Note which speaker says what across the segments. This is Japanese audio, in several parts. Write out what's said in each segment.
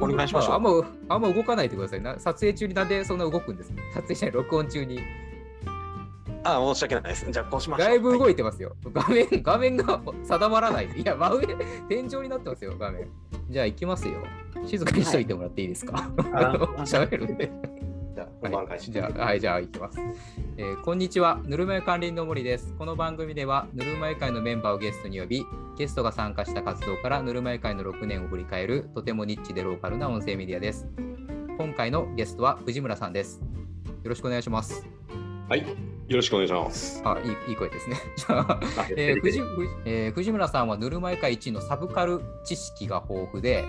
Speaker 1: これぐらいにしましょう。
Speaker 2: あんまあんま動かないでくださいな。撮影中になんでそんな動くんですか 撮影じゃない、録音中に。
Speaker 1: あ申し訳ないです。じゃあこうしましょう。
Speaker 2: だいぶ動
Speaker 1: はい
Speaker 2: てますよ。画面、画面が 定まらない。いや、真上、天井になってますよ、画面。じゃあ行きますよ。静かにしといてもらっていいですか、
Speaker 1: あ
Speaker 2: 喋るんで。
Speaker 1: じゃあ
Speaker 2: は
Speaker 1: 本
Speaker 2: い
Speaker 1: 番開始。
Speaker 2: じゃあ、はい、じゃあ、いきます。えーこんにちは、ぬるま湯管理人の森です。この番組では、ぬるま湯会のメンバーをゲストに呼び、ゲストが参加した活動からぬるま湯会の6年を振り返る、とてもニッチでローカルな音声メディアです。今回のゲストは藤村さんです。よろしくお願いします。
Speaker 1: はい。よろしくお願いします。
Speaker 2: あ、いいいい声ですね。じゃあ、
Speaker 1: あ
Speaker 2: えー藤藤えー藤村さんはぬるま湯会1位のサブカル知識が豊富で、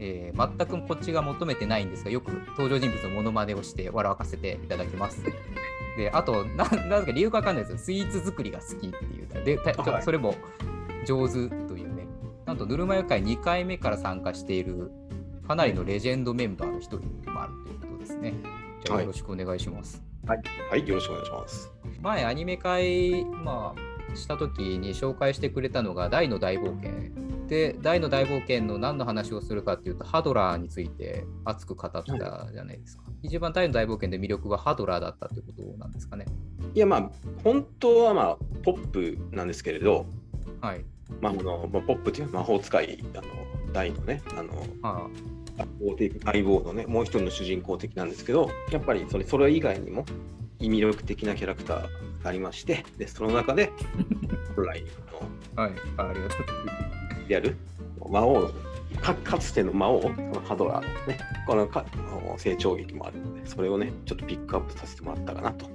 Speaker 2: えー全くこっちが求めてないんですがよく登場人物のモノマネをして笑わせていただきます。であとななぜか理由が分かんないですけどスイーツ作りが好きっていうでたちょ
Speaker 1: はい
Speaker 2: それも上手というねなんとぬるま湯会2回目から参加しているかなりのレジェンドメンバーの一人でもあるということですね。じゃあ
Speaker 1: はい
Speaker 2: よろしくお願いします。
Speaker 1: はい。よろしくお願いします。
Speaker 2: 前アニメ会、まあ、した時に紹介してくれたのが「大の大冒険」で「大の大冒険」の何の話をするかっていうとハドラーについて熱く語ったじゃないですか、一番大の大冒険で魅力はハドラーだったってことなんですかね
Speaker 1: いやまあ本当はまあポップなんですけれど、
Speaker 2: はい
Speaker 1: まああのまあポップという魔法使いあの大のねあの
Speaker 2: あ
Speaker 1: 相棒的相棒のねもう一人の主人公的なんですけどやっぱりそれそれ以外にも魅力的なキャラクターがありましてでその中で 本来の
Speaker 2: あはいあありがとう
Speaker 1: やる魔王かかつての魔王そのハドラーのねこのかあの成長劇もあるのでそれをねちょっとピックアップさせてもらったかなと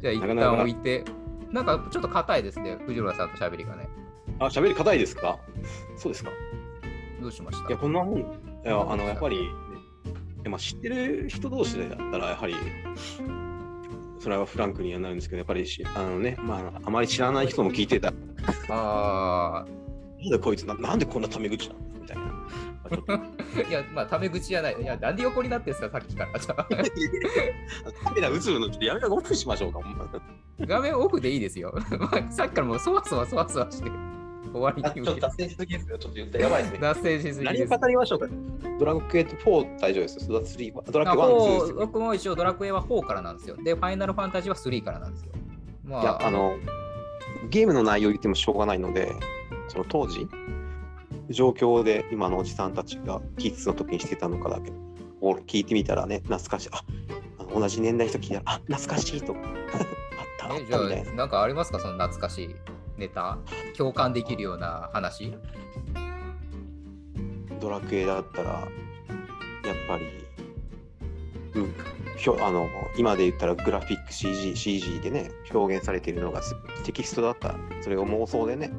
Speaker 2: じゃあ一
Speaker 1: なかなか
Speaker 2: 旦置いてなんかちょっと硬いですね藤原さんと喋りがね
Speaker 1: あ喋り硬いですかそうですか
Speaker 2: どうしました
Speaker 1: いやこんな本いやあのやっぱりね、えまあ、知ってる人同士でだったらやはりそれはフランクにはなるんですけどやっぱりしあのね、まああの、あまり知らない人も聞いてたなん
Speaker 2: ああ
Speaker 1: でこいつななんでこんなタメ口なんだみたいな、まあ、ちょっと
Speaker 2: いやまあタメ口じゃないいやなんで横になってんすかさっきからじゃあ
Speaker 1: カメラ映るのちょっとやめたらオフしましょうかほんま
Speaker 2: 画面オフでいいですよ。 さっきからもうそわそわそわそわして終わり
Speaker 1: あち
Speaker 2: に
Speaker 1: ょっと
Speaker 2: 向けて
Speaker 1: 脱線しすぎですよ。ちょっと言ったらやばいですね。
Speaker 2: 脱線しすぎ
Speaker 1: 何を
Speaker 2: です。
Speaker 1: 語りましょうかドラクエ4大丈夫です。ドラクエ3は、ドラ
Speaker 2: あ
Speaker 1: クエ1、
Speaker 2: フォ
Speaker 1: 2
Speaker 2: ー
Speaker 1: です。
Speaker 2: 僕も一応ドラクエは4からなんですよ。で、ファイナルファンタジーは3からなんですよ。ま
Speaker 1: いや、
Speaker 2: あ、
Speaker 1: あの、ゲームの内容言ってもしょうがないので、その当時、状況で今のおじさんたちがキッズの時にしてたのかだけど、こう聞いてみたらね、懐かしい。あ、あの同じ年代の人聞いたら、あ、懐かしいと。 あった、あっ
Speaker 2: えじゃ
Speaker 1: たみたいな。
Speaker 2: あ、なんかありますかその懐かしいネタ。共感できるような話。
Speaker 1: ドラクエだったら、やっぱり、うん、ひょあの今で言ったらグラフィック CG, CG でね、表現されているのがすテキストだった、それを妄想でね、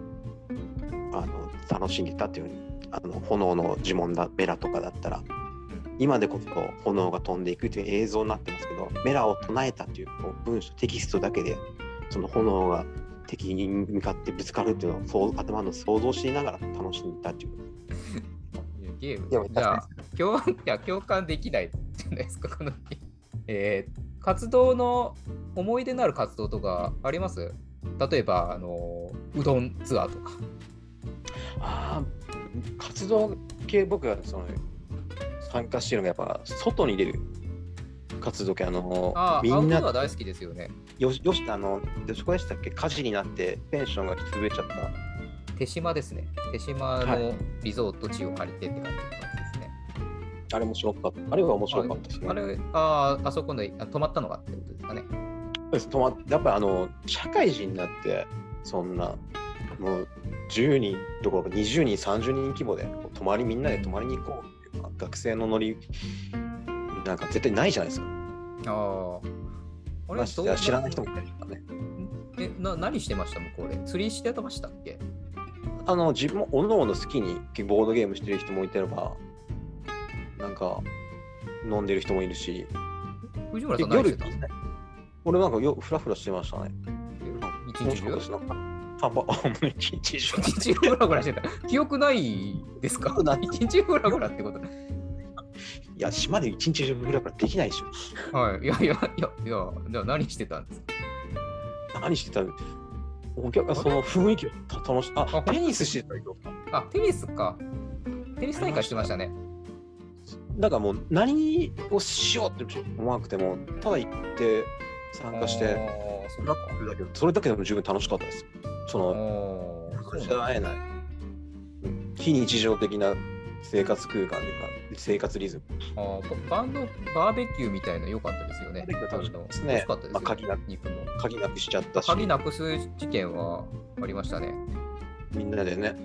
Speaker 1: あの楽しんでたっていうあの炎の呪文だ、メラとかだったら、今でこそ炎が飛んでいくという映像になってますけど、メラを唱えたというこう文章、テキストだけで、その炎が敵に向かってぶつかるっていうのをそう頭の想像しながら楽しんでたっていう。
Speaker 2: いやゲーム。
Speaker 1: でも
Speaker 2: じゃあ、共 いや共感できないじゃないですか、このゲームえー活動の思い出のある活動とかあります例えば、あの、うどんツアーとか。
Speaker 1: あー活動系僕がその参加してるのがやっぱ外に出る活動系あの
Speaker 2: ああ、
Speaker 1: みん
Speaker 2: アウトド
Speaker 1: な
Speaker 2: ア大好きですよね。
Speaker 1: よしよしあのでそこでしたっけ火事になってペンションが潰れちゃった
Speaker 2: 手島ですね。手島のリゾート地を借りてって感じですね。
Speaker 1: あれ面白かったあれは面白かったですね
Speaker 2: あれ、あーあそこのあ泊まったのがってことですかね。
Speaker 1: です止まっやっぱあの社会人になってそんなもう10人とか20人30人規模でこう泊まりみんなで泊まりに行こうっていうまあ学生のノリなんか絶対ないじゃないですか
Speaker 2: ああ。あ
Speaker 1: ま
Speaker 2: れ、
Speaker 1: してや知らない人
Speaker 2: も。
Speaker 1: もいたりとかね
Speaker 2: え、な何してました向こうで。釣りしてましたっけ
Speaker 1: あの自分もおのおの好きにボードゲームしてる人もいてればなんか飲んでる人もいるし
Speaker 2: 藤村
Speaker 1: で
Speaker 2: さん何し
Speaker 1: 夜
Speaker 2: てたんですか
Speaker 1: 俺なんかよフラフラしてましたね
Speaker 2: 一
Speaker 1: も
Speaker 2: 日
Speaker 1: しかし
Speaker 2: 中
Speaker 1: なんか散 歩あもう一日中
Speaker 2: 一日中フラフラしてた。記憶ないですか
Speaker 1: 記憶ない
Speaker 2: 一日フラフラってこと
Speaker 1: いや島で一日中フラフラできないでしょ
Speaker 2: はい。いやいやいや、いや、じゃあ何してたんですか
Speaker 1: 何してたのお客その雰囲気をた楽しあ
Speaker 2: あ
Speaker 1: テニスしてたりとか
Speaker 2: あ、テニスか。テニス大会してましたね。
Speaker 1: だからもう何をしようって思わなくてもただ行って参加して
Speaker 2: あーそっ
Speaker 1: フラ
Speaker 2: か
Speaker 1: ップだけどそれだけでも十分楽しかったですその
Speaker 2: おーそう
Speaker 1: じ
Speaker 2: なんだ
Speaker 1: ゃえないうん非日常的な生活空間というか生活リズム
Speaker 2: あーババンドバーベキューみたいな良かったですよね。
Speaker 1: バーベキュー楽しかったですね
Speaker 2: 楽しかったですよ
Speaker 1: まあ鍵な
Speaker 2: 肉も。
Speaker 1: 鍵なくしちゃったし
Speaker 2: 鍵なくす事件はありましたね。
Speaker 1: みんなでね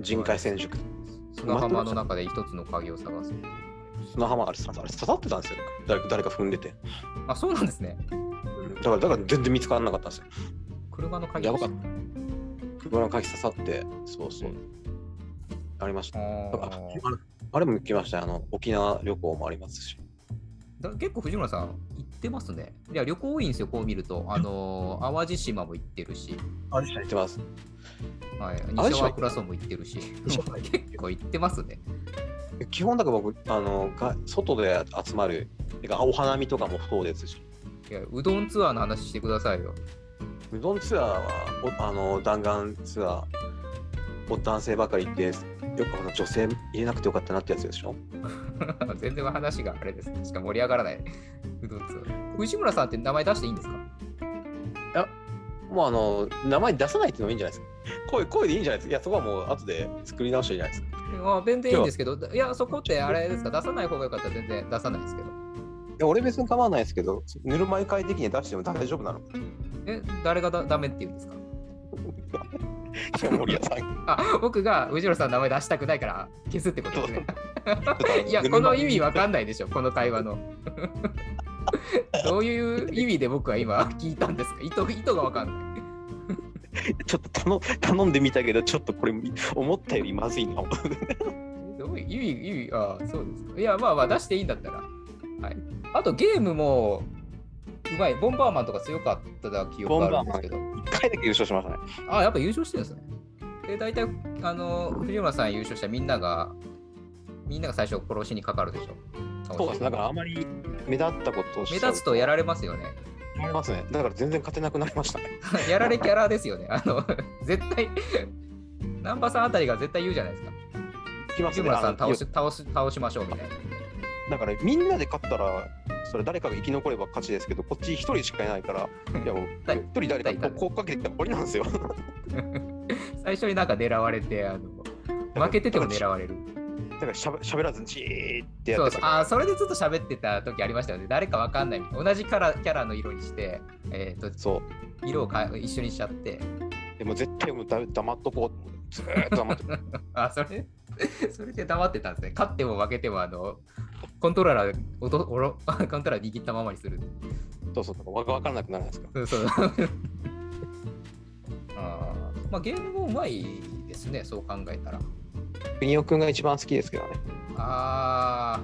Speaker 1: 人海戦術
Speaker 2: 砂浜の中で一つの鍵を探す。
Speaker 1: 砂浜あれさあれ刺さってたんですよ誰か誰か踏んでて
Speaker 2: あ、そうなんですね。
Speaker 1: だからだから全然見つからなかったんですよ
Speaker 2: 車の鍵
Speaker 1: やばかっ車の鍵刺さってそうそうありました
Speaker 2: あ
Speaker 1: あ
Speaker 2: ー
Speaker 1: あれあれも行きましたよあの沖縄旅行もありますし
Speaker 2: だ結構藤村さん行ってますね。いや、旅行多いんですよ、こう見ると。あのー淡路島も行ってるし、
Speaker 1: あれ行ってます
Speaker 2: はい、
Speaker 1: 島
Speaker 2: 西川クラソンも行ってるし、
Speaker 1: 西
Speaker 2: 結
Speaker 1: 川
Speaker 2: 構行ってますね。
Speaker 1: 基本だから僕あのが外で集まるてかお花見とかもそうですし
Speaker 2: いや、うどんツアーの話してくださいよ。
Speaker 1: うどんツアーはおあの弾丸ツアーお男性ばかりってよくあの女性入れなくてよかったなってやつでしょ
Speaker 2: 全然話があれですね。しか盛り上がらない。うどんツアー藤村さんって名前出していいんですか
Speaker 1: もうあの名前出さないっていうのもいいんじゃないですか声声でいいんじゃないですかいやそこはもう後で作り直していいじゃないですか
Speaker 2: あ全然いいんですけど、いや、そこってあれですか、出さない方がよかったら全然出さないですけど。
Speaker 1: いや俺別に構わないですけどぬるま湯会的に出しても大丈夫なの
Speaker 2: え、誰がだダメって言うんですか
Speaker 1: 森谷さん
Speaker 2: あ、僕が藤村さんの名前出したくないから消すってことですね。 いや、
Speaker 1: ぬ
Speaker 2: こ
Speaker 1: る
Speaker 2: の
Speaker 1: ま湯
Speaker 2: 意味わかんないでしょ、この会話 の。どういう意味で僕は今聞いたんですか意図意図がわかんない。
Speaker 1: ちょっと頼頼んでみたけどちょっとこれ思ったよりまずいな
Speaker 2: えどういう意味、意味、あそうですか。いや、まあまあ出していいんだったら。はい、あとゲームもうまい。ボンバーマンとか強かった記憶があるんですけど。
Speaker 1: 一回だけ優勝しましたね
Speaker 2: あ、やっぱ優勝してるんですね。で、大体、あの、藤村さん優勝したみんなが、みんなが最初殺しにかかるでしょ。
Speaker 1: そうですだからあまり目立ったことをし
Speaker 2: 目
Speaker 1: ちゃう
Speaker 2: 立つとやられますよね。
Speaker 1: やられますねだから全然勝てなくなりましたね
Speaker 2: やられキャラですよね。あの、 絶対、南波さんあたりが絶対言うじゃないですか。
Speaker 1: 来ます
Speaker 2: 藤
Speaker 1: ね
Speaker 2: 村さ
Speaker 1: あ
Speaker 2: ん
Speaker 1: の
Speaker 2: 倒し、倒す、倒しましょうみたいな。
Speaker 1: だからみんなで勝ったらそれ誰かが生き残れば勝ちですけどこっち一人しかいないからいやもう
Speaker 2: 対
Speaker 1: 一人誰かこ
Speaker 2: 対
Speaker 1: こうかけてきたら終わりなんですよ
Speaker 2: 最初になんか狙われて、あの、負けてても狙われる。
Speaker 1: だからしゃべしゃべらずじーってや
Speaker 2: そ
Speaker 1: っ
Speaker 2: う
Speaker 1: て
Speaker 2: そう
Speaker 1: た
Speaker 2: あーそれでずっと喋ってた時ありましたよね。誰かわかんないみたいな。同じキャラキャラの色にして、えっ、と、
Speaker 1: そう
Speaker 2: 色をか一緒にしちゃって、
Speaker 1: でも絶対もうだ黙っとこうってずーっと黙って
Speaker 2: あ、それ、 それで黙ってたんですね。勝っても負けても、あの、コントローラーおとおろ、コ ントローラー握ったままにする。
Speaker 1: そうそうだからわ分からなくなるんですか
Speaker 2: そう そう。あーまあ、ゲームもうまいですね、そう考えたら。
Speaker 1: 国尾くんが一番好きですけどね
Speaker 2: あ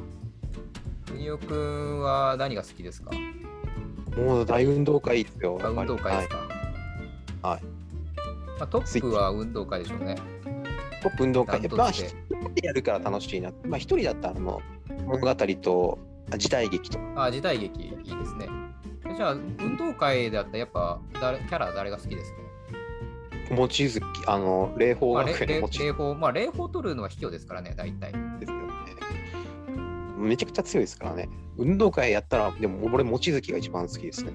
Speaker 2: ー、ふにおくんは何が好きですか
Speaker 1: もう大運動会ですよやっぱ
Speaker 2: 運
Speaker 1: り
Speaker 2: 動会ですか
Speaker 1: はいはい
Speaker 2: まあ、トップは運動会でしょうね。
Speaker 1: トップ運動会
Speaker 2: 担
Speaker 1: やっぱ
Speaker 2: 当
Speaker 1: 一
Speaker 2: して。
Speaker 1: 人でやるから楽しいなまあ一人だったらあの物語とあ時代劇とか
Speaker 2: あー、時代劇いいですね。えじゃあ、運動会だったらやっぱ誰、キャラ誰が好きですか
Speaker 1: 望月あの霊峰
Speaker 2: まあ、
Speaker 1: 学園の
Speaker 2: れ
Speaker 1: 望
Speaker 2: れ
Speaker 1: 月
Speaker 2: 霊峰、まあ、霊峰取るのは卑怯ですからね、大体。
Speaker 1: ですよね。めちゃくちゃ強いですからね。運動会やったら、でも俺、望月が一番好きですね。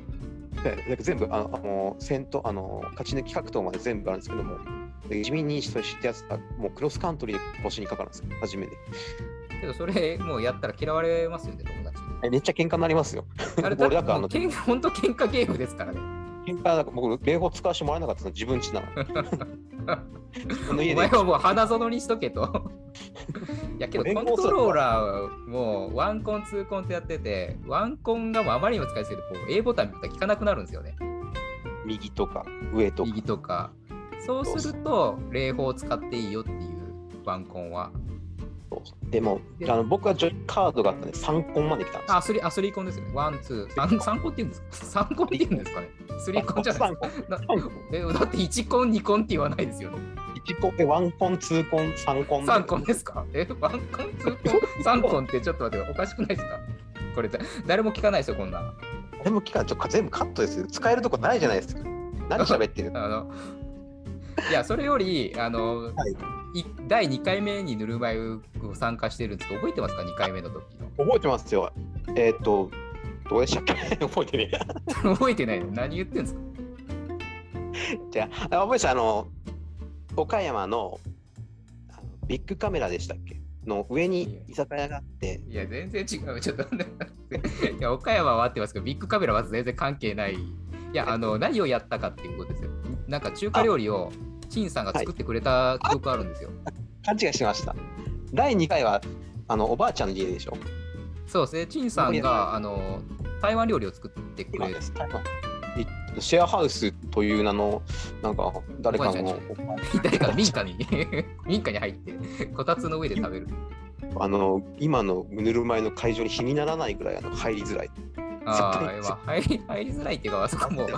Speaker 1: でなんか全部、あの、あの戦闘、あの、勝ち抜き格闘まで全部あるんですけども、で自民民主としてやつは、もうクロスカントリーで腰にかかるんですよ、初めて。
Speaker 2: けど、それ、もうやったら嫌われますよね、友達に。
Speaker 1: えめっちゃ喧嘩になりますよ。
Speaker 2: あれ だ
Speaker 1: 俺
Speaker 2: だ
Speaker 1: だからら
Speaker 2: か
Speaker 1: あ
Speaker 2: あの
Speaker 1: の
Speaker 2: 喧嘩本当喧嘩ゲームですからね。
Speaker 1: 喧嘩なんか僕、霊峰使わせてもらえなかったの自分ちなの。自分の
Speaker 2: お
Speaker 1: 家
Speaker 2: 前
Speaker 1: で。
Speaker 2: はもう花園にしとけと。 いやけど
Speaker 1: 連
Speaker 2: コ
Speaker 1: 合
Speaker 2: ントローラーはもうワンコンツーコンってやっててワンコンがもうあまりにも使いすぎてこう A ボタンみたいな効かなくなるんですよね
Speaker 1: 右とか、上とか。
Speaker 2: 右とかそうすると霊法を使っていいよっていうワンコンは
Speaker 1: そうでも、あの僕はジョカードがあったんで、3コンまで来たんです
Speaker 2: あスリあスリーコンですよねワンツー三三コンって言うんですか三コンって言うんですかねスリーコンじゃないですかな
Speaker 1: 三コン
Speaker 2: えだって1コン2コンって言わないですよね
Speaker 1: 1コン、え、1コン、2コン、3コン。
Speaker 2: 三コンですかえワンコンツーコン三コンってちょっと待っておかしくないですかこれだ誰も聞かないですよこんなん
Speaker 1: 全部期間ちょっと全部カットですよ。使えるとこないじゃないですか。何喋ってるの
Speaker 2: あのいやそれよりあの、
Speaker 1: はい
Speaker 2: い第2回目にぬるま湯を参加してるんですけど覚えてますか2回目の時の
Speaker 1: 覚えてますよ。えーっと、どうでしたっけ 覚えてねえや。
Speaker 2: 覚えてないの何言ってんですか
Speaker 1: じゃあ、あ覚えてた、あの、岡山のあのビッグカメラでしたっけの上に居酒屋があって、
Speaker 2: いや全然違うちょっといや岡山は合ってますけどビッグカメラは全然関係ないいやあの何をやったかっていうことですよなんか中華料理を陳さんが作ってくれた記憶あるんですよ、
Speaker 1: 勘違いしてました。第2回は、あの、おばあちゃんの家でしょ。
Speaker 2: そうですね陳さんがあの台湾料理を作ってく
Speaker 1: 今
Speaker 2: れ
Speaker 1: です。いシェアハウスという名の、なんか、誰かの、
Speaker 2: 誰か民家に 民家に入ってこたつの上で食べる
Speaker 1: あの、今のぬるま湯の会場に比にならないぐらいあの入りづらい。
Speaker 2: あ
Speaker 1: 絶
Speaker 2: あ
Speaker 1: 対
Speaker 2: まあ入り入りづらいっていうかあそこもう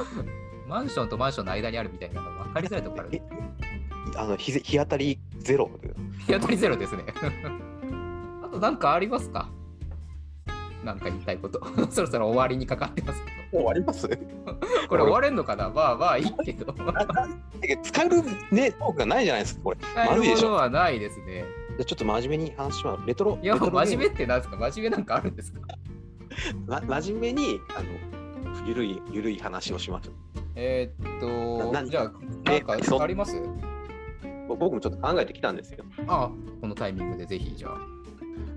Speaker 2: マンションとマンションの間にあるみたいなのが分かりづらいところある
Speaker 1: えあの日日当たりゼロ
Speaker 2: 日当たりゼロですね あと何かありますかなんか言いたいこと そろそろ終わりにかかってますけ
Speaker 1: 終わります
Speaker 2: どこれ終われんのかなまあまあいいけど
Speaker 1: 使えるねトークがないじゃないですかこれじ
Speaker 2: 使え
Speaker 1: まずい
Speaker 2: る
Speaker 1: で
Speaker 2: も
Speaker 1: しょ
Speaker 2: のはないですね
Speaker 1: ゃあちょっと真面目に話しますレトロ
Speaker 2: いや
Speaker 1: レトロ
Speaker 2: 真
Speaker 1: ゲー
Speaker 2: 面
Speaker 1: ム
Speaker 2: 目ってなんですか真面目なんかあるんですか
Speaker 1: ま真面目にあのゆるいゆるい話をします
Speaker 2: えーっ
Speaker 1: な
Speaker 2: と
Speaker 1: 何
Speaker 2: じゃあなんかあります
Speaker 1: 僕もちょっと考えてきたんですよ、
Speaker 2: ああこのタイミングでぜひじゃあ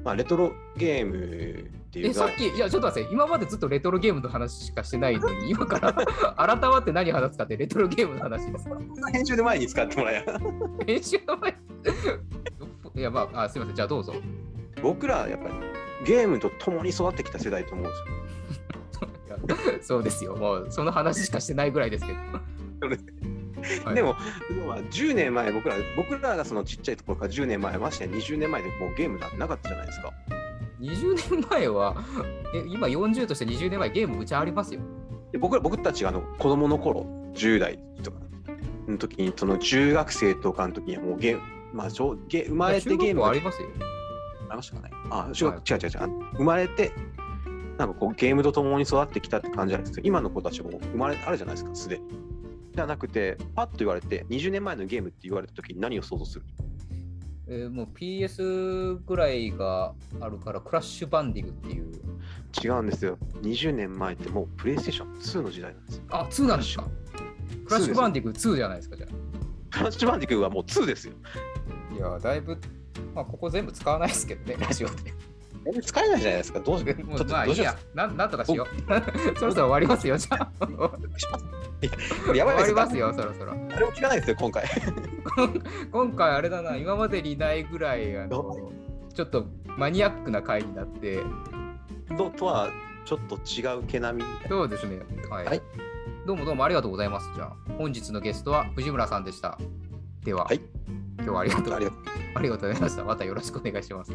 Speaker 1: まあ、レトロゲームっていう
Speaker 2: え、さっ
Speaker 1: 概
Speaker 2: き、いや、ちょっと待って、今までずっとレトロゲームの話しかしてないのに、今から 改まって何話すかってレトロゲームの話ですか。
Speaker 1: 編集で前に使ってもらえ
Speaker 2: 編集の前にいや、まあ、あすみません、じゃあどうぞ。
Speaker 1: 僕らやっぱりゲームと共に育ってきた世代と思うんですよ
Speaker 2: そうですよ、もうその話しかしてないぐらいですけど。
Speaker 1: そうで
Speaker 2: はい
Speaker 1: でも、要は10年前、僕ら、僕らがそのちっちゃいところから10年前、ましてや20年前でもうゲームなんてなかったじゃないですか。
Speaker 2: 20年前は、え今40として20年前、ゲームむちゃありますよ。
Speaker 1: で僕ら僕たちがあの子供の頃10代とかの時にその中学生とかの時にはもうゲーム、まあ、しょうゲ生まれてゲーム
Speaker 2: 中学校
Speaker 1: が
Speaker 2: あ
Speaker 1: あ
Speaker 2: り
Speaker 1: り
Speaker 2: ますよ。
Speaker 1: ましたかねあ中学、違う違う違うあの生まれてなんかこうゲームと共に育ってきたって感じじゃないですか今の子たちも生まれあるじゃないですかすでにじゃなくてパッと言われて20年前のゲームって言われた時に何を想像する
Speaker 2: えーもう PS ぐらいがあるから、クラッシュバンディングっていう。
Speaker 1: 違うんですよ20年前ってもうプレイステーション2の時代なんですよ
Speaker 2: あ、2なんですか。クラッシュバンディング2じゃないですか、じゃあ。
Speaker 1: クラッシュバンディクーはもう2ですよ
Speaker 2: いや、だいぶ、まあ、ここ全部使わないですけどね、ラジオ で。
Speaker 1: 全然使えないじゃないですかどうし
Speaker 2: も
Speaker 1: ちょ
Speaker 2: う
Speaker 1: っと
Speaker 2: まあ、
Speaker 1: ど
Speaker 2: いうい
Speaker 1: しよ
Speaker 2: や、なんなんとかしよう。 そろそろ終わりますよ、じゃあ。終
Speaker 1: うやばい
Speaker 2: わ
Speaker 1: です
Speaker 2: り
Speaker 1: よ
Speaker 2: ますよ、そろそろ。
Speaker 1: 誰も聞かないですよ、今回。
Speaker 2: 今回、あれだな、今までにないぐらい、あ
Speaker 1: ど
Speaker 2: の、ちょっとマニアックな回になって、
Speaker 1: ととはちょっと違う毛並みみたいな。
Speaker 2: そうですね。はい。
Speaker 1: はい
Speaker 2: どうもどうもありがとうございます。じゃあ、本日のゲストは藤村さんでした。では、
Speaker 1: はい
Speaker 2: 今日はありがとう
Speaker 1: ありがとう
Speaker 2: ありがとうございました。またよろしくお願いします。